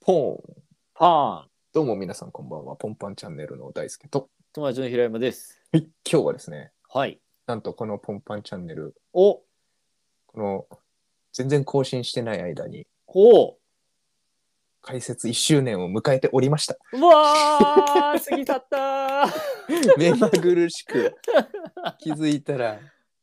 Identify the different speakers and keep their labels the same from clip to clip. Speaker 1: ポーン。
Speaker 2: パーン
Speaker 1: どうも皆さんこんばんは。ポンパンチャンネルの大輔と。
Speaker 2: 友達の平山です。
Speaker 1: はい、今日はですね、
Speaker 2: はい。
Speaker 1: なんとこのポンパンチャンネル、
Speaker 2: お
Speaker 1: この全然更新してない間に
Speaker 2: お
Speaker 1: 開設1周年を迎えておりました。
Speaker 2: うわ ー過ぎ去ったー
Speaker 1: 目まぐるしく気づいたら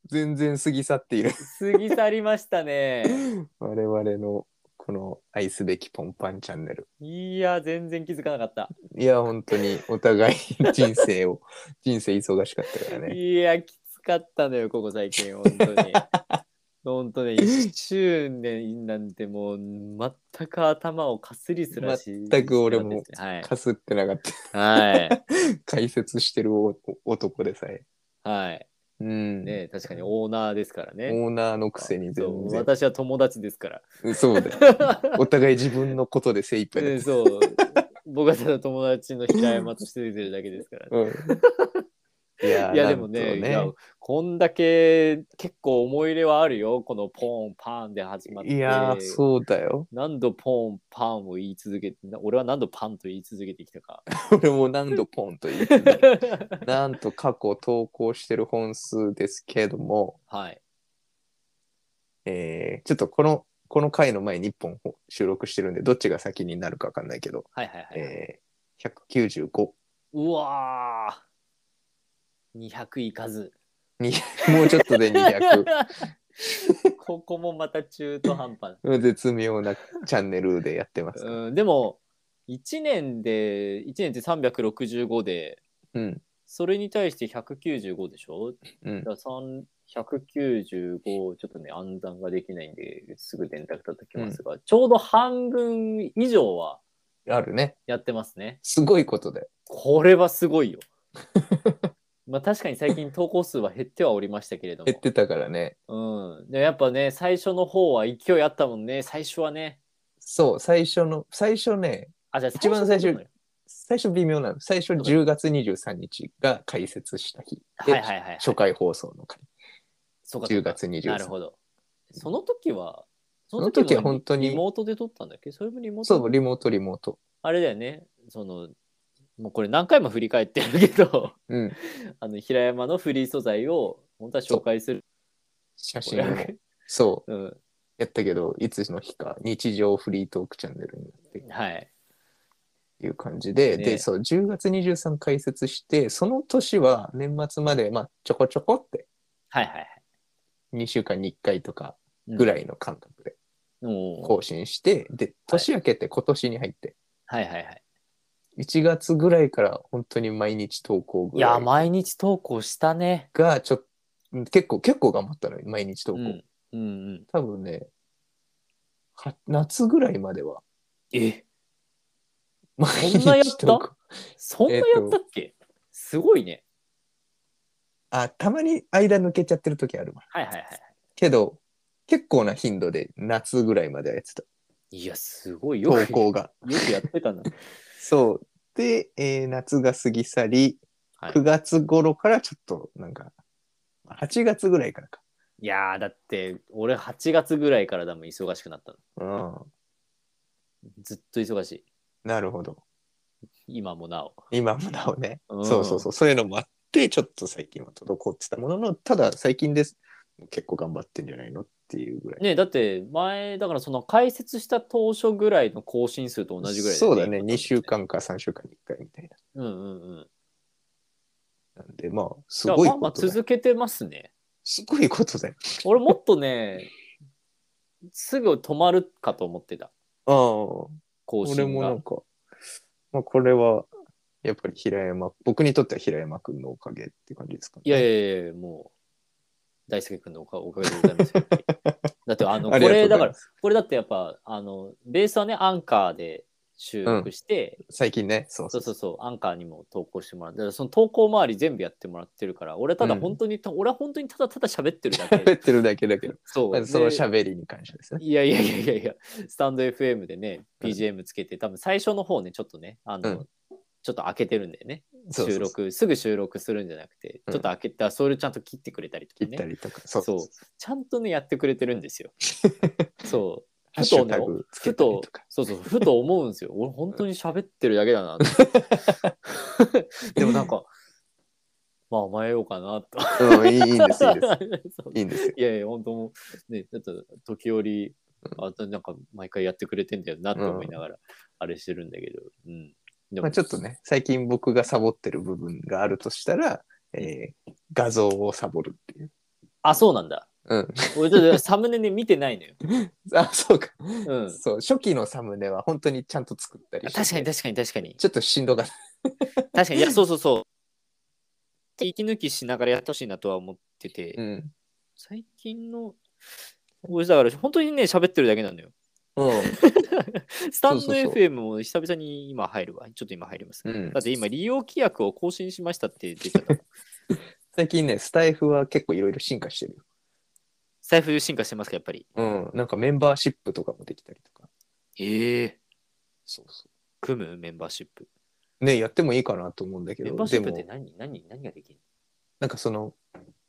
Speaker 1: 全然過ぎ去っている。
Speaker 2: 過ぎ去りましたね。
Speaker 1: 我々のこの愛すべきポンパンチャンネル。
Speaker 2: いや、全然気づかなかった。
Speaker 1: いや、本当にお互い人生を、 人生忙しかったからね。
Speaker 2: いや、きつかったのよ、ここ最近、本当に。本当ね、1周年なんてもう全く頭をかすりすらし
Speaker 1: 全く俺も
Speaker 2: はい。
Speaker 1: かすってなかった。
Speaker 2: はい。
Speaker 1: 解説してるお男でさえ。
Speaker 2: はい。
Speaker 1: うん。
Speaker 2: ね確かにオーナーですからね。
Speaker 1: オーナーのくせに
Speaker 2: そ
Speaker 1: 全
Speaker 2: う
Speaker 1: 然。
Speaker 2: 私は友達ですから。
Speaker 1: そうだよ。 お互い自分のことで精一杯だ
Speaker 2: う
Speaker 1: よ
Speaker 2: ん、そう。僕はただ友達の平山として出てるだけですから、
Speaker 1: うん。いやー
Speaker 2: いやでもねい
Speaker 1: な
Speaker 2: や
Speaker 1: んと
Speaker 2: こんだけ結構思い入れはあるよこのポーンパーンで始まっ
Speaker 1: ね
Speaker 2: て
Speaker 1: いやーそうだ よ。
Speaker 2: 何度ポーンパーンを言い続けて俺は何度パンと言い続けてきたか
Speaker 1: 俺も何度ポンと言ってる なんと過去投稿してる本数ですけども、
Speaker 2: はい
Speaker 1: えーちょっとこの、この回の前に1本収録してるんで、どっちが先になるか分かんないけど、
Speaker 2: はいはいはい、
Speaker 1: えー、195。
Speaker 2: うわー200いかず
Speaker 1: もうちょっとで200。
Speaker 2: ここもまた中途半端
Speaker 1: 絶妙なチャンネルでやってます。
Speaker 2: うんでも1年で1年って365で
Speaker 1: うん。
Speaker 2: それに対して195でしょ
Speaker 1: うん。
Speaker 2: だから3 195ちょっとね暗算ができないんですぐ電卓叩きますが、ちょうど半分以上は
Speaker 1: あるね。
Speaker 2: やってますね
Speaker 1: すごいことだよ。
Speaker 2: これはす ごいよまあ確かに最近投稿数は減ってはおりましたけれども
Speaker 1: 減ってたからね。
Speaker 2: うん、でもやっぱね最初の方は勢いあったもんね最初はね
Speaker 1: そう、最初の、最初ね、
Speaker 2: あじゃあ
Speaker 1: 一番最初
Speaker 2: なのよ
Speaker 1: 最初微妙なの。最初10月23日が解説した日。で、
Speaker 2: はいはいはいはい
Speaker 1: 初回放送の回。
Speaker 2: そうかそう
Speaker 1: 10
Speaker 2: か
Speaker 1: 月23日。
Speaker 2: なるほどその時はそ
Speaker 1: の時は
Speaker 2: も
Speaker 1: 本当に
Speaker 2: リモートで撮ったんだっけそれもリモートで
Speaker 1: そう、リモート、リモート。
Speaker 2: あれだよね、その、もうこれ何回も振り返ってるけど、
Speaker 1: うん。
Speaker 2: あの平山のフリー素材を本当は紹介する。
Speaker 1: 写
Speaker 2: こ
Speaker 1: 真
Speaker 2: れ
Speaker 1: を。そう、
Speaker 2: うん、
Speaker 1: やったけど、いつの日か、日常フリートークチャンネルになってっ
Speaker 2: はい。
Speaker 1: ていう感じで、
Speaker 2: ね
Speaker 1: で、そう、10月23解説して、その年は年末まで、まあ、ちょこちょこって、
Speaker 2: はいはいはい。
Speaker 1: 2週間に1回とかぐ
Speaker 2: い。
Speaker 1: らいの間隔で
Speaker 2: もう
Speaker 1: 更新して、で、年明けて今年に入って、
Speaker 2: はいはいはい。
Speaker 1: 1月ぐらいから本当に毎日投稿
Speaker 2: い
Speaker 1: ぐら
Speaker 2: や、
Speaker 1: い
Speaker 2: 毎日投稿したね。
Speaker 1: がちょっと、うん結構、結構頑張ったのよ、毎日投
Speaker 2: う
Speaker 1: 稿。
Speaker 2: ん。うんうん。
Speaker 1: 多分ね、は夏ぐらいまでは、
Speaker 2: え、
Speaker 1: 毎
Speaker 2: んなやった
Speaker 1: 日投稿。
Speaker 2: そんなやったっけ、すごいね。
Speaker 1: あ、たまに間抜けちゃってる時あるわ。
Speaker 2: はいはいはい。
Speaker 1: けど、結構な頻度で夏ぐらいまではやってた。
Speaker 2: いや、すごいよく。
Speaker 1: 投
Speaker 2: よ
Speaker 1: 稿が。
Speaker 2: くやってた な。
Speaker 1: そう。で、えー夏が過ぎ去り、
Speaker 2: はい
Speaker 1: 9月頃からちょっと、なんか、8月ぐらいからか。
Speaker 2: いやー、だって、俺8月ぐらいからだもん、忙しくなったの。
Speaker 1: うん。
Speaker 2: ずっと忙しい。
Speaker 1: なるほど。
Speaker 2: 今もなお。
Speaker 1: 今もなおね。
Speaker 2: うん
Speaker 1: そうそうそう。そういうのもあって、ちょっと最近は滞ってたものの、ただ最近です。結構頑張ってんじゃないのっていうぐらい。
Speaker 2: ねだって前だからその解説した当初ぐらいの更新数と同じぐらい
Speaker 1: そうだね。2
Speaker 2: 二
Speaker 1: 週。間か3週間に1回みたい
Speaker 2: うんうんうん。
Speaker 1: な。なんで、まあ、す
Speaker 2: だから
Speaker 1: ごい
Speaker 2: まあま
Speaker 1: こ
Speaker 2: あ
Speaker 1: とだよ。
Speaker 2: 続けてますね。
Speaker 1: すごいことだよ。
Speaker 2: 俺もっとね、 すぐ止まるかと思ってた。
Speaker 1: ああ。
Speaker 2: 更
Speaker 1: 俺
Speaker 2: 新
Speaker 1: も
Speaker 2: が。
Speaker 1: なんか、まあ、これはやっぱり平山僕にとっては平山君のおかげって感じですかね。
Speaker 2: いやいやいやいや、もう、大輔君のおかおかげでございま すよ。だってあの、こ
Speaker 1: ありがとう
Speaker 2: れ
Speaker 1: ござ
Speaker 2: だ
Speaker 1: い
Speaker 2: か
Speaker 1: ま
Speaker 2: ら、これだってやっぱ、あの、ベースはね、アンカーで収録して、
Speaker 1: 最近ねそうそ
Speaker 2: そううそうそう、アンカーにも投稿してもらって、だからその投稿周り全部やってもらってるから、俺はただ本当に、た俺は本当にただただ喋ってるだ
Speaker 1: 喋っ
Speaker 2: け。
Speaker 1: てるだけだけど、
Speaker 2: そう。
Speaker 1: まあ、
Speaker 2: で
Speaker 1: その喋りに感謝ですね。
Speaker 2: いやいやいやいやいや、スタンド FM でね、
Speaker 1: うん
Speaker 2: BGM つけて、多分最初の方ね、ちょっとね、あの、
Speaker 1: うん
Speaker 2: ちょっと開けてるんだよね。
Speaker 1: そうそう
Speaker 2: 収録、すぐ収録するんじゃなくて、
Speaker 1: うん
Speaker 2: ちょっと開けた、それちゃんと切ってくれたりとか
Speaker 1: 切った
Speaker 2: ね。
Speaker 1: りとか、そ
Speaker 2: そう うちゃんとね、やってくれてるんですよ。そう。
Speaker 1: ハッシュタグつけ
Speaker 2: ふ
Speaker 1: たり
Speaker 2: と
Speaker 1: とか。、
Speaker 2: そうそう、ふと思うん ですよ。俺、本当に喋ってるだけだなって。でもなんか、まあ甘えようかなと。
Speaker 1: うん、いいいいんです、いい です。
Speaker 2: そう
Speaker 1: いいんですよ。
Speaker 2: いやいや、本当もう、ね、ちょっと時折、
Speaker 1: う
Speaker 2: あとなんか毎回やってくれてんだよなって思いながら、あれしてるんだけど、うん。で
Speaker 1: まあ、ちょっとね、最近僕がサボってる部分があるとしたら、えー画像をサボるっていう。
Speaker 2: あ、そうなんだ。
Speaker 1: うん。
Speaker 2: 俺、ちょっとサムネね、見てないのよ。
Speaker 1: あ、そうか。
Speaker 2: うん。
Speaker 1: そう、初期のサムネは本当にちゃんと作ったりして
Speaker 2: 確かに確かに確かに。
Speaker 1: ちょっとしんどかった。
Speaker 2: 確かに、いや、そうそうそう。息抜きしながらやってほしいなとは思ってて。
Speaker 1: うん。
Speaker 2: 最近の俺だから本当にね喋ってるだけなのよ
Speaker 1: うん。
Speaker 2: スタンド
Speaker 1: そうそうそう
Speaker 2: FM も久々に今入るわちょっと今入ります、
Speaker 1: うん
Speaker 2: だって今利用規約を更新しましたって出て た
Speaker 1: 最近ね、スタイフは結構いろいろ進化してるよ。
Speaker 2: 財布進化してますかやっぱり
Speaker 1: うん。なんかメンバーシップとかもできたりとか。
Speaker 2: ええ
Speaker 1: そうそ
Speaker 2: 組むメンバーシップ
Speaker 1: う。ね、やってもいいかなと思うんだけ
Speaker 2: メン
Speaker 1: ど、
Speaker 2: バーシ
Speaker 1: で
Speaker 2: ップって
Speaker 1: も、
Speaker 2: 何何何ができる
Speaker 1: なんかその、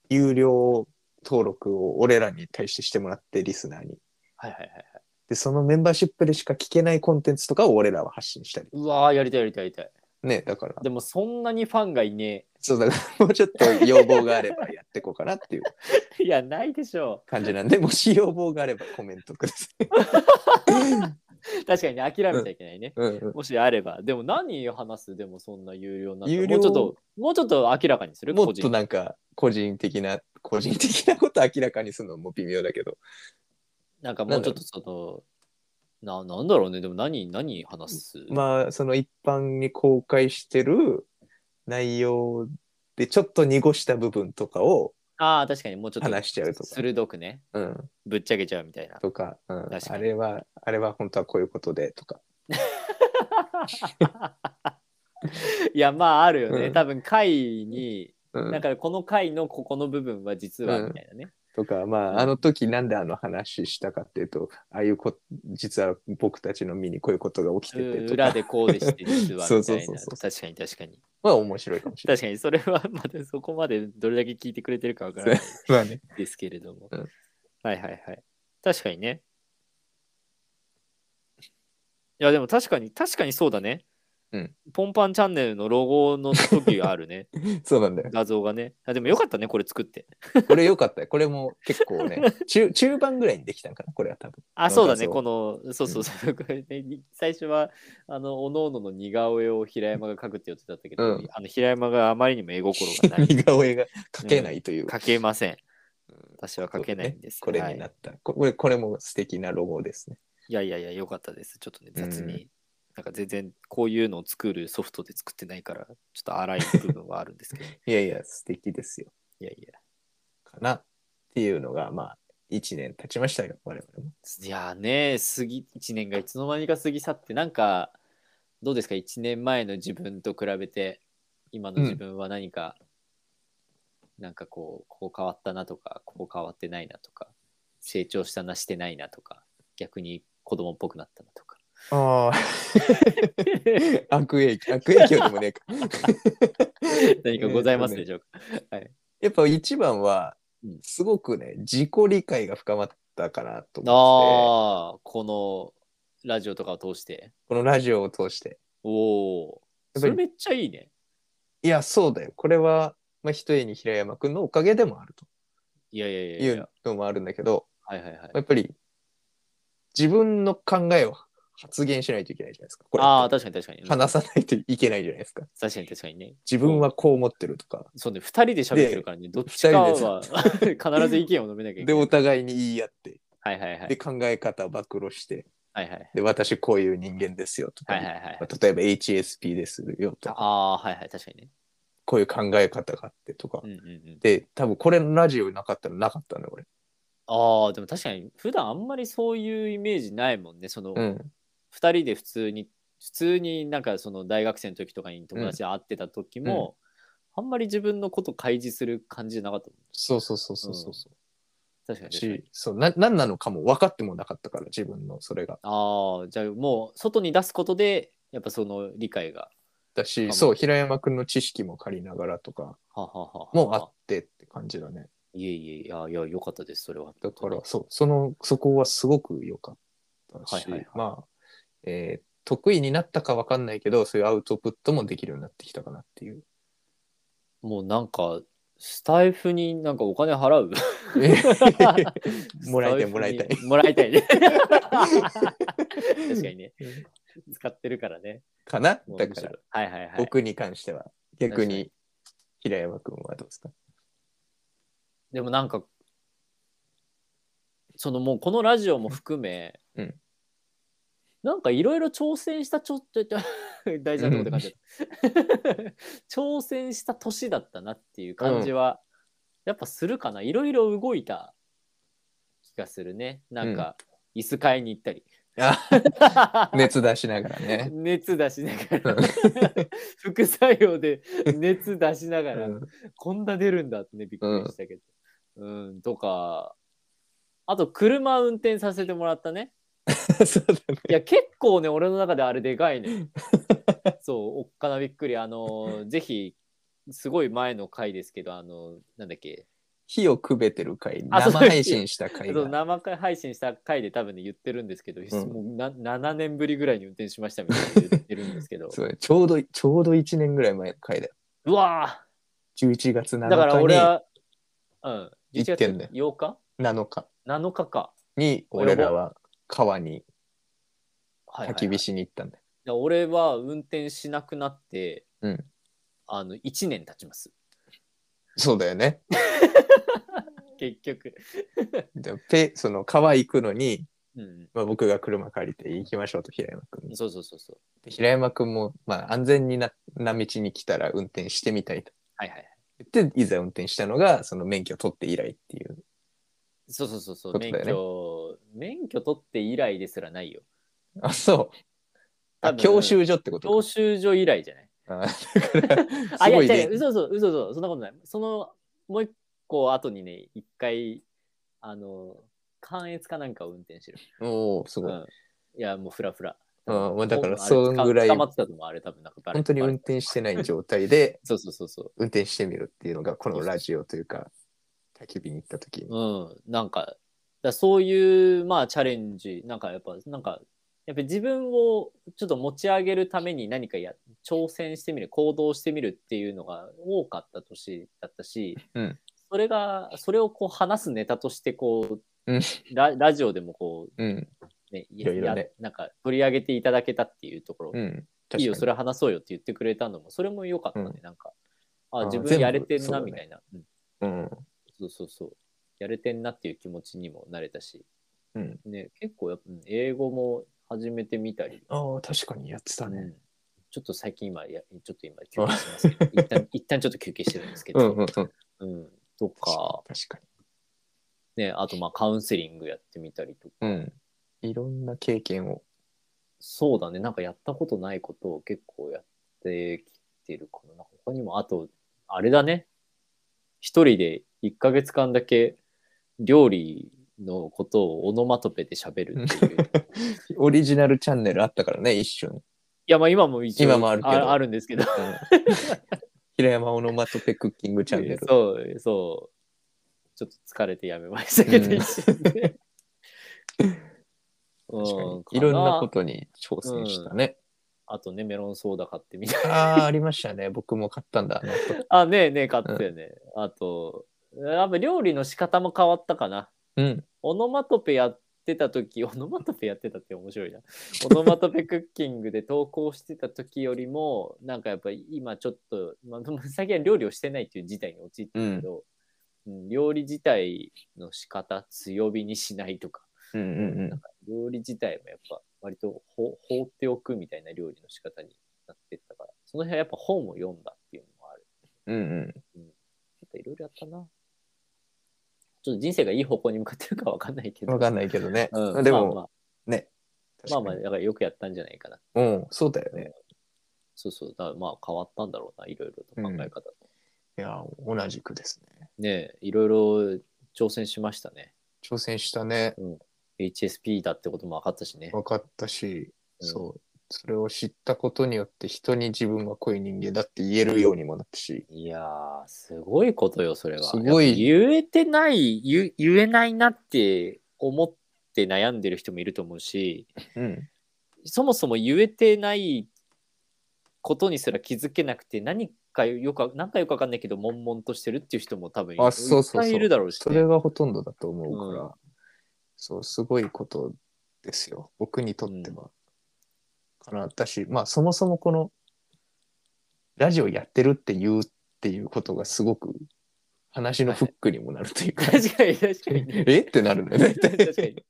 Speaker 1: 有料登録を俺らに対してしてもらって、リスナーに。
Speaker 2: はいはいはいはい
Speaker 1: で、そのメンバーシップでしか聞けないコンテンツとかを俺らは発信したり。
Speaker 2: うわーやりたいやりたいやりたい
Speaker 1: ね、だから、
Speaker 2: でもそんなにファンがいね
Speaker 1: そうだから、もうちょっと要望があればやっていこうかなっていう
Speaker 2: え いやないでしょ
Speaker 1: 感じなん で、もし要望があればコメントください。
Speaker 2: う確かにね諦めちゃいけないね、
Speaker 1: うんうん
Speaker 2: もしあればでも何話すでもそんな有料になったら
Speaker 1: 有料
Speaker 2: もうちょっともうちょっと明らかにす る
Speaker 1: も
Speaker 2: 個
Speaker 1: っ
Speaker 2: 人
Speaker 1: となんか、個人的な、個人的なこと明らかにするのも微妙だけど、
Speaker 2: なんかもうちょっとその、ななんだろうね、でも何、何話す、
Speaker 1: まあ、その一般に公開してる内容で、ちょっと濁した部分とかを、
Speaker 2: ああ、確かにもうちょっと
Speaker 1: 話しちゃうとか
Speaker 2: 鋭くね、
Speaker 1: うん、
Speaker 2: ぶっちゃけちゃうみたいな。
Speaker 1: とか、うん、
Speaker 2: 確かに
Speaker 1: あれは、あれは本当はこういうことでとか。
Speaker 2: いや、まああるよね。
Speaker 1: うん
Speaker 2: 多分回に、
Speaker 1: うん
Speaker 2: だからこの回のここの部分は実は
Speaker 1: うん
Speaker 2: みたいなね。
Speaker 1: とか、
Speaker 2: う
Speaker 1: ま
Speaker 2: ん
Speaker 1: あ、あの時なんであの話したかっていうと、ああいうこ、実は僕たちの身にこういうことが起きててとか、
Speaker 2: 裏でこうでして実 は
Speaker 1: そ
Speaker 2: み
Speaker 1: う
Speaker 2: た
Speaker 1: そう
Speaker 2: い
Speaker 1: そう
Speaker 2: な。
Speaker 1: そう
Speaker 2: 確かに確かに。
Speaker 1: まあ面白いかもしれ
Speaker 2: 確かにそれはまだそこまでどれだけ聞いてくれてるかわからない
Speaker 1: ない。まあね。
Speaker 2: ですけれども。
Speaker 1: うん
Speaker 2: はいはいはい。確かにね。いやでも確かに、確かにそうだね。
Speaker 1: うん
Speaker 2: ポンパンチャンネルのロゴの時があ るね。
Speaker 1: そうなんだよ。
Speaker 2: 画像がね。あでもよかったね、これ作って。
Speaker 1: これ良かったよ。これも結構 ね、中、中盤ぐらいにできたんかな、これは多分。
Speaker 2: あ、そうだね、
Speaker 1: こ
Speaker 2: この、そうそうそう。これね、最初は、あの、おのおのの似顔絵を平山が描くって予定だったけど、
Speaker 1: うん
Speaker 2: あの平山があまりにも絵心 がない。
Speaker 1: 似顔絵が描けないという。
Speaker 2: 描けません。私は描けないんです。
Speaker 1: これに
Speaker 2: は
Speaker 1: ないった。ここれ、これも素敵なロゴですね。
Speaker 2: いやいやいや、良かったです。ちょっとね、雑に、
Speaker 1: う
Speaker 2: なんか全然こういうのを作るソフトで作ってないから、ちょっと荒い部分はあるんですけど、い
Speaker 1: いやいや、素敵ですよ。
Speaker 2: やいや。
Speaker 1: かな。っていうのが、まあ、1年経ちましたよ、我々も。
Speaker 2: いやーね、過ぎ、1年がいつの間にか過ぎ去って、なんか、どうですか、1年前の自分と比べて、今の自分は何か、なんかこう、ここ変わったなとか、ここ変わってないなとか、成長したな、してないなとか、逆に子供っぽくなったなとか。
Speaker 1: ああ。 悪影響、悪影響でもねえか。
Speaker 2: 何かございますでしょうか。
Speaker 1: やっぱ一番は
Speaker 2: うん、
Speaker 1: すごくね、自己理解が深まったかなと思ってて、
Speaker 2: ああ、このラジオとかを通して。
Speaker 1: このラジオを通して。
Speaker 2: おお。
Speaker 1: やっ
Speaker 2: そ
Speaker 1: ぱ
Speaker 2: れ
Speaker 1: り
Speaker 2: めっちゃいいね。
Speaker 1: いや、そうだよ。これは、まあ、ひとえに平山くんのおかげでもあると
Speaker 2: いやいやいやい
Speaker 1: い
Speaker 2: や。
Speaker 1: うのもあるんだけど、
Speaker 2: はいはいはい。
Speaker 1: やっぱり、自分の考えを発言しないといけないじゃないですか。これ
Speaker 2: ああ、確かに確かに。
Speaker 1: 話さないといけないじゃないですか。
Speaker 2: 確かに確かにね。
Speaker 1: 自分はこう思ってるとか。
Speaker 2: そうね、2人で喋ってるからね、どっちかは 必ず意見を述べなきゃいけ
Speaker 1: で、
Speaker 2: ない。
Speaker 1: お互いに言い合って、
Speaker 2: はいはいは
Speaker 1: で、
Speaker 2: い。
Speaker 1: 考え方暴露して、
Speaker 2: はいはい。
Speaker 1: で、私こういう人間ですよとか、
Speaker 2: はいはいはい
Speaker 1: ま。あ例えば HSP ですよと
Speaker 2: あ
Speaker 1: か、
Speaker 2: あー、はいはい、確かにね。
Speaker 1: こういう考え方があってとか
Speaker 2: う。んうんうん。
Speaker 1: で、多分これのラジオなかったらなかったのよ、俺。
Speaker 2: ああ、でも確かに、普段あんまりそういうイメージないもんね。その、
Speaker 1: うん。
Speaker 2: 2人で普通に普通になんかその大学生の時とかに友達で会ってた時も、あんまり自分のこと開示する感じじゃなかったもん
Speaker 1: そうそうそうそうそう。う
Speaker 2: 確かに確かに
Speaker 1: し、そう、な、何なのかも分かってもなかったから、自分のそれが。
Speaker 2: ああじゃあもう外に出すことでやっぱその理解が
Speaker 1: だ
Speaker 2: かも
Speaker 1: し、そう、平山くんの知識も借りながらとか
Speaker 2: はあはあはあはあ
Speaker 1: もあってって感じだね。
Speaker 2: いえいえいやいやよかったですそれは
Speaker 1: だから、そう、その、そこはすごく良かっったし、
Speaker 2: はいはいはい
Speaker 1: まあ、えー得意になったかわかんないけど、そういうアウトプットもできるようになってきたかなって いう。
Speaker 2: もうなんか、スタイフになんかお金払う
Speaker 1: もらいたいもらいたい
Speaker 2: スタイフにもらい たいね。確かにね。使ってるからね。
Speaker 1: かな
Speaker 2: もう
Speaker 1: だ
Speaker 2: む
Speaker 1: か
Speaker 2: し
Speaker 1: ら
Speaker 2: ろ、はいはいはい。
Speaker 1: 僕に関しては。逆
Speaker 2: 確
Speaker 1: に、平山くんはどうですか
Speaker 2: でもなんか、そのもうこのラジオも含め、
Speaker 1: うん
Speaker 2: なんかいろいろ挑戦したちょっ と大事なこと感じた挑戦した年だったなっていう感じは、やっぱするかないろいろ動いた気がするねなんか、椅子買いに行ったり
Speaker 1: 熱出しながらね。
Speaker 2: 熱出しながら
Speaker 1: うん
Speaker 2: 副作用で熱出しなが
Speaker 1: う
Speaker 2: ら、
Speaker 1: ん
Speaker 2: こんな出るんだってねびっくりしたけど、うん、とかあと車運転させてもらったね
Speaker 1: そうだね。
Speaker 2: いや結構ね俺の中であれでか いねそうおっかなびっくりあのーぜひすごい前の回ですけどあのなんだっけ
Speaker 1: 火をくべてる回、
Speaker 2: あそう
Speaker 1: 生配信した回
Speaker 2: そう
Speaker 1: が。
Speaker 2: 生配信した回で多分ね言ってるんですけど、
Speaker 1: ん
Speaker 2: もうな7年ぶりぐらいに運転しましたみたいな言ってるんで すけど
Speaker 1: そうねちょうど、ちょうど1年ぐらい前の回だよ。
Speaker 2: うわ
Speaker 1: 11月7
Speaker 2: ー
Speaker 1: 日に、
Speaker 2: だから俺は、うん、11
Speaker 1: 行っ
Speaker 2: 月
Speaker 1: てんだよ
Speaker 2: 8日
Speaker 1: 7日
Speaker 2: ?7 日か。
Speaker 1: に、俺らは川に
Speaker 2: はいは
Speaker 1: 焚
Speaker 2: いはい
Speaker 1: き火しに行ったんだよ。
Speaker 2: だから俺は運転しなくなって、
Speaker 1: うん
Speaker 2: あの1年経ちます
Speaker 1: そうだよね。
Speaker 2: 結局、
Speaker 1: でペその川行くのに、
Speaker 2: うん、
Speaker 1: まあ、僕が車借りて行きましょうと平山くんに。
Speaker 2: そうそうそうそう
Speaker 1: で平山くんも、まあ、安全になな道に来たら運転してみたいと
Speaker 2: はいはいはい
Speaker 1: 言って、いざ運転したのが、その免許取って以来っていう。
Speaker 2: そうそうそうそう、
Speaker 1: ことだよ
Speaker 2: 免
Speaker 1: ね
Speaker 2: 許免許取って以来ですらないよ
Speaker 1: あ、そう。
Speaker 2: 多
Speaker 1: あ、
Speaker 2: 分
Speaker 1: 教習所ってこと
Speaker 2: 教習所以来じゃない、
Speaker 1: あだから
Speaker 2: あ
Speaker 1: す
Speaker 2: いや
Speaker 1: ご
Speaker 2: 違
Speaker 1: いう
Speaker 2: 違う
Speaker 1: ね。
Speaker 2: 嘘嘘嘘嘘そんなことないそのもう一個後にね一回あの関越かなんかを運転してる、
Speaker 1: おおす
Speaker 2: う
Speaker 1: ごい。
Speaker 2: ん、いやもうフラフラ
Speaker 1: うんまあだから
Speaker 2: あれ
Speaker 1: そんぐらい
Speaker 2: 捕まってたのもあれ多分なんかバレ
Speaker 1: 本当に
Speaker 2: バ
Speaker 1: 運
Speaker 2: レ
Speaker 1: 転してない状態で
Speaker 2: そうそうそうそう
Speaker 1: 運転してみるっていうのが、このラジオというか、焚き火に行った時に。
Speaker 2: うん、なんか、だからそういう、まあ、チャレンジ、なんかやっぱ、なんか、やっぱ自分をちょっと持ち上げるために何かや、挑戦してみる、行動してみるっていうのが多かった年だったし、
Speaker 1: うん
Speaker 2: それが、それをこう話すネタとして、こう、
Speaker 1: うん
Speaker 2: ラ、ラジオでもこ
Speaker 1: うん。
Speaker 2: う、ね、
Speaker 1: いろいろね
Speaker 2: やなんか取り上げていただけたっていうところ、
Speaker 1: うん。
Speaker 2: いいよ、そ
Speaker 1: れ
Speaker 2: れ話そうよって言ってくれたのも、それも良かったね、
Speaker 1: うん
Speaker 2: なんか、
Speaker 1: あ
Speaker 2: あ、
Speaker 1: ー
Speaker 2: 自
Speaker 1: 全
Speaker 2: 分
Speaker 1: 部
Speaker 2: やれてん
Speaker 1: そう
Speaker 2: な、
Speaker 1: だね
Speaker 2: みたいな。うん
Speaker 1: うん。
Speaker 2: そうそうそう。やれてんなっていう気持ちにもなれたし、
Speaker 1: うん。
Speaker 2: ね、結構やっぱうん英語も始めてみたり、
Speaker 1: ああ、確かにやってた
Speaker 2: う
Speaker 1: ね。
Speaker 2: んちょっと最近今や、ちょっと今休憩してます けど、一旦一旦ちょっと休憩してるんですけ
Speaker 1: うんう
Speaker 2: ど、
Speaker 1: んうん。確
Speaker 2: うんとか、
Speaker 1: か
Speaker 2: ね、あとまあカウンセリングやってみたりとか、
Speaker 1: に。うん。いろんな経験を。
Speaker 2: そうだね、なんかやったことないことを結構やってきてるかな。なんか他にも、あと、あれだね、一人で1ヶ月間だけ料理のことをオノマトペで喋るっていう。
Speaker 1: オリジナルチャンネルあったからね、一瞬。
Speaker 2: いや、まあ今も一応
Speaker 1: 今もあるけど
Speaker 2: ああるんですけど。
Speaker 1: 平山オノマトペクッキングチャンネル。
Speaker 2: そう、そう。ちょっと疲れてやめましたけど、
Speaker 1: うん
Speaker 2: 一瞬で
Speaker 1: 確かに
Speaker 2: う
Speaker 1: いろんなこ
Speaker 2: か
Speaker 1: とに挑戦したね。
Speaker 2: あとね、メロンソーダ買ってみた。
Speaker 1: ああ、ありましたね。僕も買ったんだ。あの後
Speaker 2: あ、ねえねえ、買ったよね。あと、やっぱ料理の仕方も変わったかな。
Speaker 1: うん。
Speaker 2: オノマトペやってた時、オノマトペやってたって面白 いな。オノマトペクッキングで投稿してた時よりも、なんかやっぱり今ちょっと、まあ、でも最近は料理をしてないっていう事態に陥ってるけど、うん料理自体の仕方、強火にしないとか、
Speaker 1: うんうんうん
Speaker 2: なん。か料理自体もやっぱ割とほ放っておくみたいな料理の仕方になってったから、その辺はやっぱ本を読んだっていうのもある。
Speaker 1: うんうん。
Speaker 2: やっぱいろいろやったな。ちょっと人生がいい方向に向かってるかわかんないけど。
Speaker 1: わかんないけどね。
Speaker 2: うん、
Speaker 1: で
Speaker 2: まあまあ
Speaker 1: も、ね。
Speaker 2: まあまあ、
Speaker 1: 確
Speaker 2: だからよくやったんじゃないかな。
Speaker 1: かにうん、そうだよね。
Speaker 2: そうそう。だからまあ変わったんだろうな、いろいろと考え方。
Speaker 1: いや、同じくですね。
Speaker 2: ねえいろいろ挑戦しましたね。
Speaker 1: 挑戦したね。
Speaker 2: HSP だってことも分かったしね。
Speaker 1: 分かったし、
Speaker 2: うん
Speaker 1: そう。それを知ったことによって人に自分はこういう人間だって言えるようにもなったし、
Speaker 2: いやー、すごいことよ、それは。
Speaker 1: すごい
Speaker 2: やっぱ言えてない言、言えないなって思っって悩んでる人もいると思うし
Speaker 1: うん。
Speaker 2: そもそも言えてないことにすら気づけなくて何かよくなんかよくわかんないけど悶々としてるっていう人も多分いっ
Speaker 1: あそうそうそう
Speaker 2: ぱいいるだろうし、
Speaker 1: そ
Speaker 2: ね
Speaker 1: れがほとんどだと思うから、
Speaker 2: う
Speaker 1: そう、すごいことですよ。僕にとっては。かな。だし、まあ、そもそもこの、ラジオやってるって言うっていうことがすごく、話のフックにもなるというか、
Speaker 2: 確かに確かに、。
Speaker 1: えってなるのよね
Speaker 2: 確かに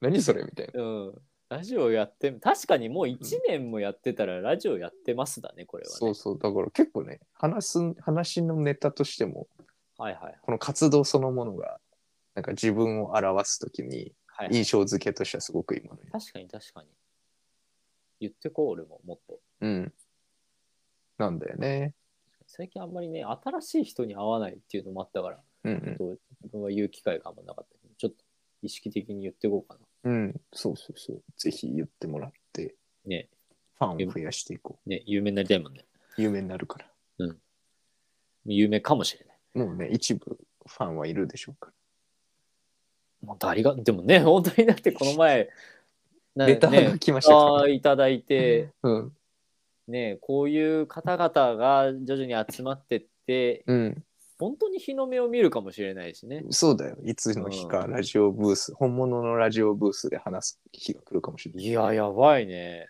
Speaker 1: 何それみたいな。
Speaker 2: うんラジオやって確かにもう1年もやってたらラジオやってますだねこれはね
Speaker 1: そうそう。だから結構ね、話す、話のネタとしても、
Speaker 2: はいはい
Speaker 1: この活動そのものが、なんか自分を表すときに、
Speaker 2: はい、はい、
Speaker 1: 印象付けとしてはすごくいいものに。
Speaker 2: 確かに確かに言ってこう俺ももっと
Speaker 1: うん。なんだよね。
Speaker 2: 最近あんまりね新しい人に会わないっていうのもあったから
Speaker 1: うん、
Speaker 2: 自分は言う機会があんまなかったけどちょっと意識的に言ってこうかな
Speaker 1: うん。うん。そうそうそう。ぜひ言ってもらって、
Speaker 2: ね
Speaker 1: ファンを増やしていこ
Speaker 2: ね有名になりたいもんね
Speaker 1: う。有名になるから。
Speaker 2: 有名かもしれない
Speaker 1: もうね、一部ファンはいるでしょうか
Speaker 2: 本当ありがでもね本当にだってこの 前
Speaker 1: ら。
Speaker 2: な
Speaker 1: レターが
Speaker 2: ね
Speaker 1: 来ましたか
Speaker 2: あーいただいて、
Speaker 1: ら。うん。
Speaker 2: ねこういう方々が徐々に集まってって
Speaker 1: うん。
Speaker 2: 本当に日の目を見るかもしれないしね
Speaker 1: そうだよ。いつの日かラジオブース、本物のラジオブースで話す日が来るかもしれない。
Speaker 2: いややばいね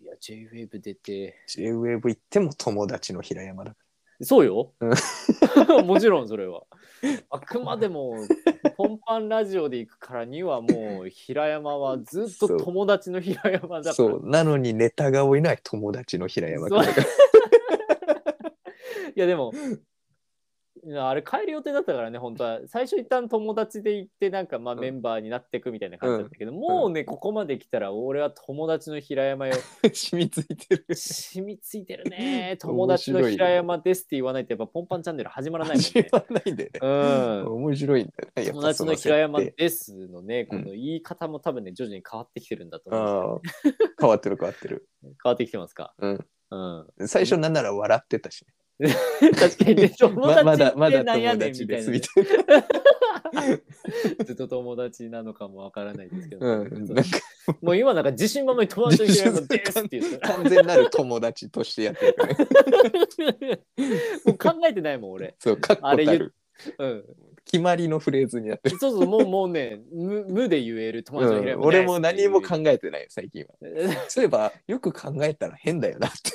Speaker 2: いや JWAVE 出て
Speaker 1: JWAVE 行っても友達の平山だか
Speaker 2: そうよ
Speaker 1: う
Speaker 2: もちろんそれはあくまでも本番ラジオで行くからにはもう平山はずっと友達の平山
Speaker 1: ら。
Speaker 2: だから
Speaker 1: そう。なのにネタが多いのは友達の平山くんだから。
Speaker 2: いやでもいやあれ帰る予定だったからね本当は最初一旦友達で行ってなんかまあ
Speaker 1: うん
Speaker 2: メンバーになっていくみたいな感じだったけど、もうねここまで来たら俺は友達の平山よ
Speaker 1: 染みついて る。
Speaker 2: 染みついてる ね友達の平山ですって言わないとやっぱポンパンチャンネル始まらない もん
Speaker 1: 始
Speaker 2: ね。
Speaker 1: まらないんだよね。
Speaker 2: うん
Speaker 1: 面白いんだよね。やっ
Speaker 2: 友
Speaker 1: ぱ
Speaker 2: 達
Speaker 1: そ
Speaker 2: の
Speaker 1: 設
Speaker 2: 平
Speaker 1: 定
Speaker 2: 山ですのね、
Speaker 1: うん
Speaker 2: この言い方も多分ね、徐々に変わってきてるんだと思うん
Speaker 1: ああ変わってる変わってる。
Speaker 2: です変わってきてますか。
Speaker 1: うん。
Speaker 2: うん。
Speaker 1: 最初なんなら笑ってたし、
Speaker 2: 確かに ね、友
Speaker 1: まま
Speaker 2: 達っ
Speaker 1: だ
Speaker 2: て
Speaker 1: まだ
Speaker 2: なんや
Speaker 1: 友
Speaker 2: ねん
Speaker 1: 達
Speaker 2: みた
Speaker 1: で
Speaker 2: い
Speaker 1: す
Speaker 2: な
Speaker 1: み
Speaker 2: ね。
Speaker 1: たい
Speaker 2: ずっと友達なのかもわからないですけど、
Speaker 1: な。うん。なんか
Speaker 2: もう今なんか自信満々に友達と一緒にやるのですって言ってた
Speaker 1: 完全なる友達としてやってるからね。
Speaker 2: もう考えてないもん俺、
Speaker 1: そう、かっこた
Speaker 2: あれ言っ
Speaker 1: る。
Speaker 2: うん、
Speaker 1: 決まりのフレーズになってる。
Speaker 2: そうそうもうもうね無無で言える友
Speaker 1: う
Speaker 2: 達の平
Speaker 1: ん、
Speaker 2: 山
Speaker 1: 俺も何も
Speaker 2: か
Speaker 1: 考えてない最近は。 そういえばよく考えたら変だよなって。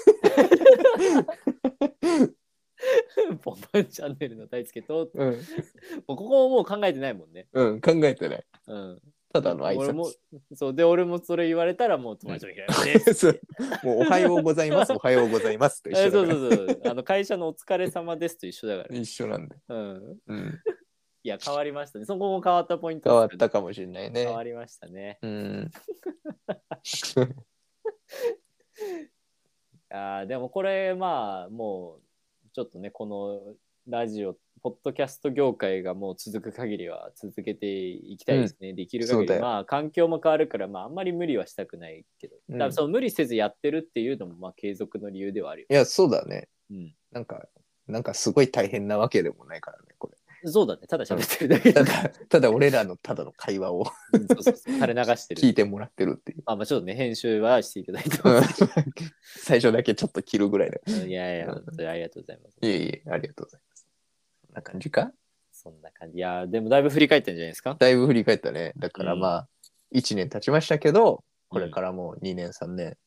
Speaker 2: ポンパンチャンネルの大輔と
Speaker 1: うん、
Speaker 2: もうここももう考えてないもんね、
Speaker 1: うん、考えてない。
Speaker 2: うん、
Speaker 1: ただの挨
Speaker 2: 俺も
Speaker 1: 拶。
Speaker 2: そうで俺もそれ言われたらもう友達の平山で す、
Speaker 1: そうもうおはようございます、おはようございます と一
Speaker 2: え
Speaker 1: 緒だか
Speaker 2: そう
Speaker 1: ら
Speaker 2: そうそうあの会社のお疲れ様ですと一緒だか
Speaker 1: 一緒なんで。
Speaker 2: ら、うん、
Speaker 1: うん、
Speaker 2: いや変わりましたねそこも変わったポイント
Speaker 1: 変わっ
Speaker 2: ですよね
Speaker 1: たかもしれないね
Speaker 2: 変。わりましたね
Speaker 1: うん。
Speaker 2: あーでもこれまあもうちょっとねこのラジオポッドキャスト業界がもう続く限りは続けていきたいですね、できる
Speaker 1: そう
Speaker 2: 限
Speaker 1: だ
Speaker 2: り
Speaker 1: よ
Speaker 2: まあ環境も変わるからまああんまり無理はしたくないけど、
Speaker 1: うん
Speaker 2: だからその無理せずやってるっていうのもまあ継続の理由ではあるよ、
Speaker 1: いや、そうだね。
Speaker 2: うん、
Speaker 1: なんか、なんかすごい大変なわけでもないからね、こ
Speaker 2: そうだねただ喋ってるだ
Speaker 1: れ。
Speaker 2: け
Speaker 1: な
Speaker 2: だ
Speaker 1: ん
Speaker 2: か
Speaker 1: か、ただ俺らのただの会 話を
Speaker 2: らそうそうそう垂れ流して
Speaker 1: 聞
Speaker 2: る
Speaker 1: いてもらってるって いう。
Speaker 2: まあまあちょっとね編集はしていただいて
Speaker 1: う
Speaker 2: ま
Speaker 1: ん最初だけちょっと切るぐらいだ。
Speaker 2: す、 いやいや本当にありがとうございます
Speaker 1: いえいえ、ありがとうございます。こんな感じか
Speaker 2: そんな感じいやーでもだいぶ振り返ったんじゃないですか
Speaker 1: だいぶ振り返ったね。だから
Speaker 2: うん
Speaker 1: まあ、1年経ちましたけど、これからもう2年、3年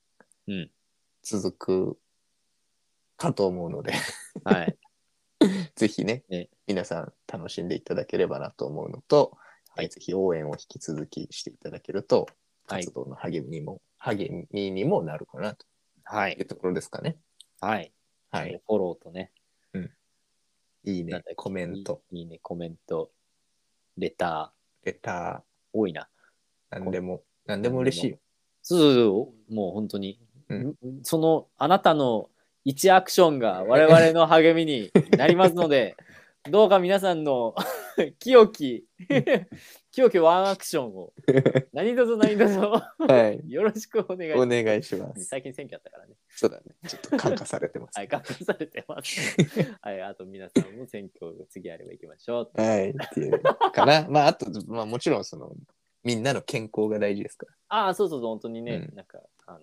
Speaker 2: うん、
Speaker 1: 続くかと思うので、
Speaker 2: はい
Speaker 1: ぜひね
Speaker 2: ね
Speaker 1: 皆さん楽しんでいただければなと思うのと、
Speaker 2: はい
Speaker 1: ぜひ応援を引き続きしていただけると、
Speaker 2: はい
Speaker 1: 活動の励みにも、励みにもなるかなと
Speaker 2: はいいう
Speaker 1: ところですかね。
Speaker 2: はい
Speaker 1: はい。
Speaker 2: フォローとね、
Speaker 1: いい
Speaker 2: なん
Speaker 1: ね
Speaker 2: だっけ、
Speaker 1: コメント、
Speaker 2: いいいいね、コメント、レタ
Speaker 1: レタ
Speaker 2: ー、多いな。
Speaker 1: ー、なんでも、なんでも嬉しいよ。
Speaker 2: そうそうそう、もう本当に、
Speaker 1: うん
Speaker 2: そのあなたの一アクションが我々の励みになりますので、どうか皆さんの 清き 清きワンアクションを何卒何卒
Speaker 1: はい。
Speaker 2: よろしくお願いし
Speaker 1: お
Speaker 2: ま。
Speaker 1: 願いしますす。
Speaker 2: 最近選挙あったからね。
Speaker 1: そうだね。ちょっと感化されてます。
Speaker 2: はい、確認されてます。はい、あと皆さんも選挙次あれば行きましょう。
Speaker 1: はい。っていうかな。 まあ、あと、まあ、もちろん、その、みんなの健康が大事ですから。
Speaker 2: ああ、そうそうそう、本当にね、
Speaker 1: う
Speaker 2: なんか、あの、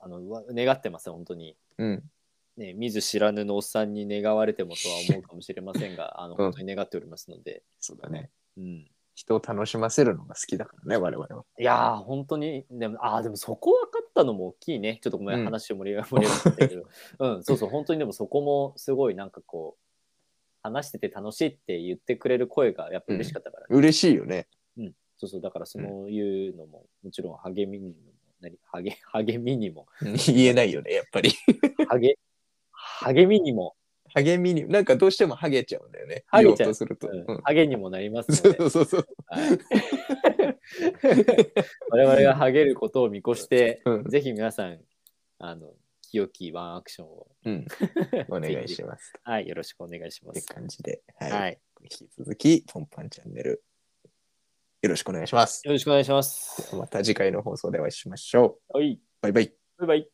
Speaker 2: あの、うわ願ってます、本当に。
Speaker 1: うん。
Speaker 2: ね、見ず知らぬのおっさんに願われてもとは思うかもしれません が、あの、
Speaker 1: ん
Speaker 2: 本当に願っておりますので、
Speaker 1: そうだね。
Speaker 2: うん。
Speaker 1: 人を楽しませるのが好きだからね、我々は。
Speaker 2: いやー、本当に、でも、ああ、でもそこ分かったのも大きいね。ちょっとごめん、
Speaker 1: うん
Speaker 2: 話を盛り上が盛り上がってたけ ど。うん、そうそう、本当にでもそこもすごいなんかこう、話してて楽しいって言ってくれる声がやっぱ嬉しかったからね。
Speaker 1: 嬉しいよね。
Speaker 2: そうそう、だからそういうのも、もちろん励みにも、なり励励みにも、
Speaker 1: 言えないよね、やっぱり。
Speaker 2: 励、励みにも、
Speaker 1: 励みに、なんかどうしてもハゲちゃうんだよね。
Speaker 2: ハゲち
Speaker 1: 言
Speaker 2: ゃう
Speaker 1: おうとすると。
Speaker 2: う
Speaker 1: うんん、
Speaker 2: 励にもなります
Speaker 1: そ
Speaker 2: ので、
Speaker 1: うそうそう。
Speaker 2: はい我々が励ることを見越して、
Speaker 1: うん
Speaker 2: ぜひ皆さん、あの、清きワンアクションを、
Speaker 1: うん。 お願いします。
Speaker 2: はい、よろしくお願いしま
Speaker 1: って
Speaker 2: す。
Speaker 1: 感じで、はい。
Speaker 2: はい。
Speaker 1: 引き続き、ポンパンチャンネル、よろしくお願いします。
Speaker 2: よろしくお願いします。
Speaker 1: また次回の放送でお会いしましょう。
Speaker 2: はい、
Speaker 1: バイバイ。
Speaker 2: バイバイ。